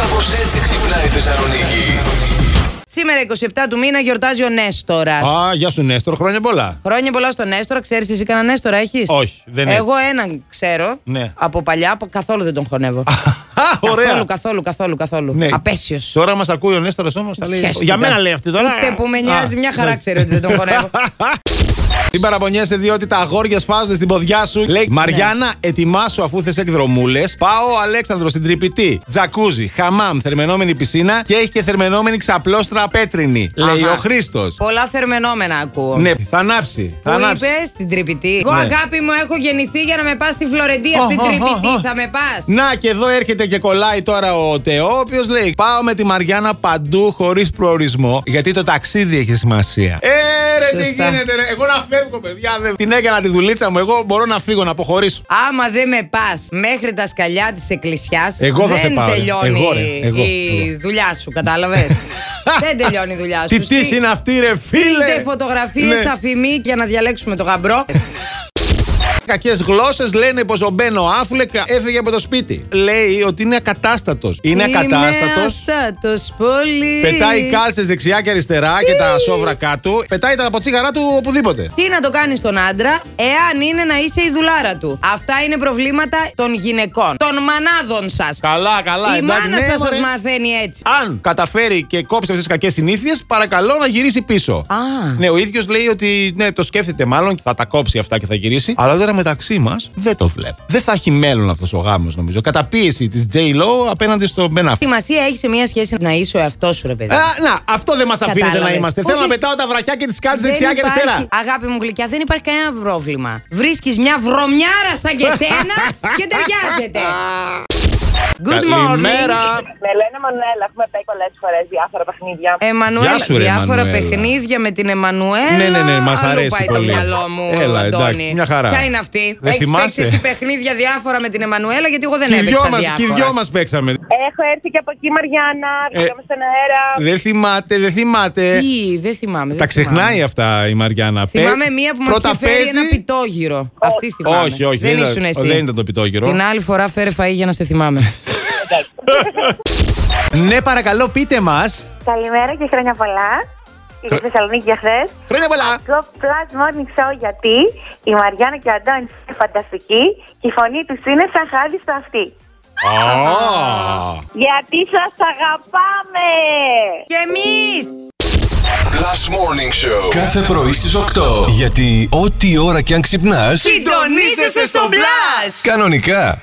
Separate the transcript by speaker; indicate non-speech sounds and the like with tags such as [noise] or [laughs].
Speaker 1: Κάπως έτσι ξυπνάει η Θεσσαλονίκη.
Speaker 2: Σήμερα 27 του μήνα γιορτάζει ο Νέστορας.
Speaker 3: Α, γεια σου Νέστορ, χρόνια πολλά.
Speaker 2: Χρόνια πολλά στον Νέστορα. Ξέρεις εσύ κανένα Νέστορα έχεις.
Speaker 3: Όχι, δεν έχω.
Speaker 2: Εγώ έναν ξέρω
Speaker 3: Ναι.
Speaker 2: από παλιά. από- Καθόλου δεν τον χωνεύω.
Speaker 3: Α, ωραία.
Speaker 2: Καθόλου, καθόλου, καθόλου. καθόλου.
Speaker 3: Ναι.
Speaker 2: Απέσιος.
Speaker 3: Τώρα μας ακούει ο Νέστορας όμως.
Speaker 2: Χέστηκα.
Speaker 3: Για μένα λέει αυτή τώρα.
Speaker 2: Ούτε που με
Speaker 3: Α,
Speaker 2: νοιάζει, μια χαρά
Speaker 3: ναι.
Speaker 2: ξέρει ότι δεν τον χωνεύω.
Speaker 3: [laughs] Μην παραπονιέσαι διότι τα αγόρια σφάζονται στην ποδιά σου. Λέει
Speaker 2: Ναι.
Speaker 3: Μαριάννα, ετοιμάσου αφού θες εκδρομούλες. Πάω Αλέξανδρο στην τρυπητή. Τζακούζι, χαμάμ, θερμενόμενη πισίνα και έχει και θερμενόμενη ξαπλώστρα πέτρινη. Λέει
Speaker 2: Αχα.
Speaker 3: ο Χρήστος.
Speaker 2: Πολλά θερμενόμενα ακούω.
Speaker 3: Ναι, θα ανάψει.
Speaker 2: Που
Speaker 3: Θα ανάψει.
Speaker 2: είπες στην Τρυπητή. Εγώ
Speaker 3: Ναι.
Speaker 2: αγάπη μου έχω γεννηθεί για να με πας στη Φλωρεντία στην
Speaker 3: Αχ, αχ, αχ,
Speaker 2: Τρυπητή.
Speaker 3: αχ.
Speaker 2: Θα με πας.
Speaker 3: Να και εδώ έρχεται και κολλάει τώρα ο Τεό, ο οποίο λέει: Πάω με τη Μαριάννα παντού χωρίς προορισμό, γιατί το ταξίδι έχει σημασία. Ε, ρε, τι
Speaker 2: Σωστά.
Speaker 3: γίνεται, ρε. Εγώ να φεύγω, παιδιά. δεν- Την έκανα τη δουλίτσα μου. Εγώ μπορώ να φύγω, να αποχωρήσω.
Speaker 2: Άμα δεν με πας μέχρι τα σκαλιά της εκκλησιάς,
Speaker 3: Εγώ θα
Speaker 2: δεν
Speaker 3: σε πάω, ρε.
Speaker 2: τελειώνει
Speaker 3: Εγώ, ρε. Εγώ,
Speaker 2: η
Speaker 3: εγώ.
Speaker 2: δουλειά σου,
Speaker 3: [laughs]
Speaker 2: κατάλαβες. δεν τελειώνει η δουλειά σου.
Speaker 3: Τι τύχη είναι αυτή, ρε,
Speaker 2: Στείλτε
Speaker 3: φίλε. Ναι.
Speaker 2: φωτογραφίε, αφημί για να διαλέξουμε το γαμπρό.
Speaker 3: Κακές γλώσσες λένε πως ο Μπένο Άφλεκ έφυγε από το σπίτι. Λέει ότι είναι ακατάστατος. Είναι ακατάστατο.
Speaker 2: Ακατάστατο πολύ.
Speaker 3: Πετάει κάλτσες δεξιά και αριστερά και τα σόβρα κάτω. Πετάει τα ποτσίγαρά του οπουδήποτε.
Speaker 2: Τι να το κάνει τον άντρα, εάν είναι να είσαι η δουλάρα του. Αυτά είναι προβλήματα των γυναικών. Των μανάδων σας.
Speaker 3: Καλά, καλά.
Speaker 2: Η
Speaker 3: εντάξει,
Speaker 2: μάνα
Speaker 3: ναι,
Speaker 2: σας
Speaker 3: μωρέ.
Speaker 2: σας μαθαίνει έτσι.
Speaker 3: Αν καταφέρει και κόψει αυτές τις κακές συνήθειες, παρακαλώ να γυρίσει πίσω.
Speaker 2: Α.
Speaker 3: Ναι, ο ίδιος λέει ότι ναι, το σκέφτεται μάλλον και θα τα κόψει αυτά και θα γυρίσει. Αλλά τώρα μεταξύ μας δεν το βλέπω. Δεν θα έχει μέλλον αυτός ο γάμος, νομίζω. Καταπίεση της J-Lo απέναντι στον Ben Affleck.
Speaker 2: Τι σημασία έχει σε μια σχέση να είσαι ο εαυτός σου, ρε παιδί.
Speaker 3: Α, να, αυτό δεν μας αφήνεται
Speaker 2: Κατάλαβες.
Speaker 3: να είμαστε.
Speaker 2: Όχι,
Speaker 3: Θέλω να
Speaker 2: όχι.
Speaker 3: πετάω τα βρακιά και τις κάλτσε
Speaker 2: Δεν
Speaker 3: δεξιά και
Speaker 2: υπάρχει-
Speaker 3: αριστερά.
Speaker 2: Αγάπη μου γλυκιά, δεν υπάρχει κανένα πρόβλημα. Βρίσκεις μια βρωμιάρα σαν
Speaker 3: [laughs]
Speaker 2: και σένα και ταιριάζεται. Good morning.
Speaker 3: Καλημέρα.
Speaker 4: Με λένε Μανουέλα, έχουμε πάει πολλές φορές διάφορα παιχνίδια.
Speaker 2: Εμμανουέλα,
Speaker 3: Γεια σου, ρε,
Speaker 2: διάφορα
Speaker 3: Εμμανουέλα.
Speaker 2: παιχνίδια με την Εμμανουέλα.
Speaker 3: Ναι, ναι, ναι, μας
Speaker 2: Αλλού
Speaker 3: αρέσει
Speaker 2: πάει
Speaker 3: πολύ.
Speaker 2: το μυαλό μου,
Speaker 3: Έλα,
Speaker 2: Αντώνη.
Speaker 3: εντάξει, μια χαρά.
Speaker 2: Ποια είναι αυτή.
Speaker 3: Δεν
Speaker 2: Έχεις
Speaker 3: θυμάσαι.
Speaker 2: παίξει εσύ παιχνίδια διάφορα με την Εμμανουέλα, γιατί εγώ δεν
Speaker 3: Και οι δυο
Speaker 2: έπαιξα
Speaker 3: μας-
Speaker 2: διάφορα.
Speaker 3: Και οι δυο μας παίξαμε.
Speaker 4: Έχω έρθει και από εκεί, Μαριάννα. Βγήκαμε στον αέρα.
Speaker 3: Δεν θυμάται, δεν θυμάται.
Speaker 2: Τι, δεν θυμάμαι. δεν
Speaker 3: Ε, Τα
Speaker 2: θυμάμαι.
Speaker 3: ξεχνάει αυτά η Μαριάννα.
Speaker 2: Θυμάμαι
Speaker 3: Πε-
Speaker 2: μία που μας
Speaker 3: πρώτα
Speaker 2: είχε φέρει
Speaker 3: παίζει-
Speaker 2: ένα πιτόγυρο. Αυτή θυμάμαι.
Speaker 3: Όχι, όχι.
Speaker 2: Δεν
Speaker 3: ήταν-
Speaker 2: ήσουν εσύ.
Speaker 3: Δεν ήταν το πιτόγυρο.
Speaker 2: Την άλλη φορά φέρε φαΐ για να σε θυμάμαι.
Speaker 3: Ναι, παρακαλώ, πείτε μας.
Speaker 5: Καλημέρα και χρόνια πολλά. Είμαι στη Θεσσαλονίκη για χθες.
Speaker 3: Χρόνια πολλά.
Speaker 5: Go Plus Morning Show γιατί η Μαριάννα και ο Αντώνης είναι φανταστικοί και η φωνή τους είναι σαν χάδι στο αυτί.
Speaker 4: Γιατί σας αγαπάμε!
Speaker 2: Και εμείς!
Speaker 1: Last Morning Show.
Speaker 6: Κάθε πρωί στις 8. Γιατί ό,τι ώρα κι αν ξυπνάς,
Speaker 2: Συντονίζεσαι στο μπλα!
Speaker 6: κανονικά.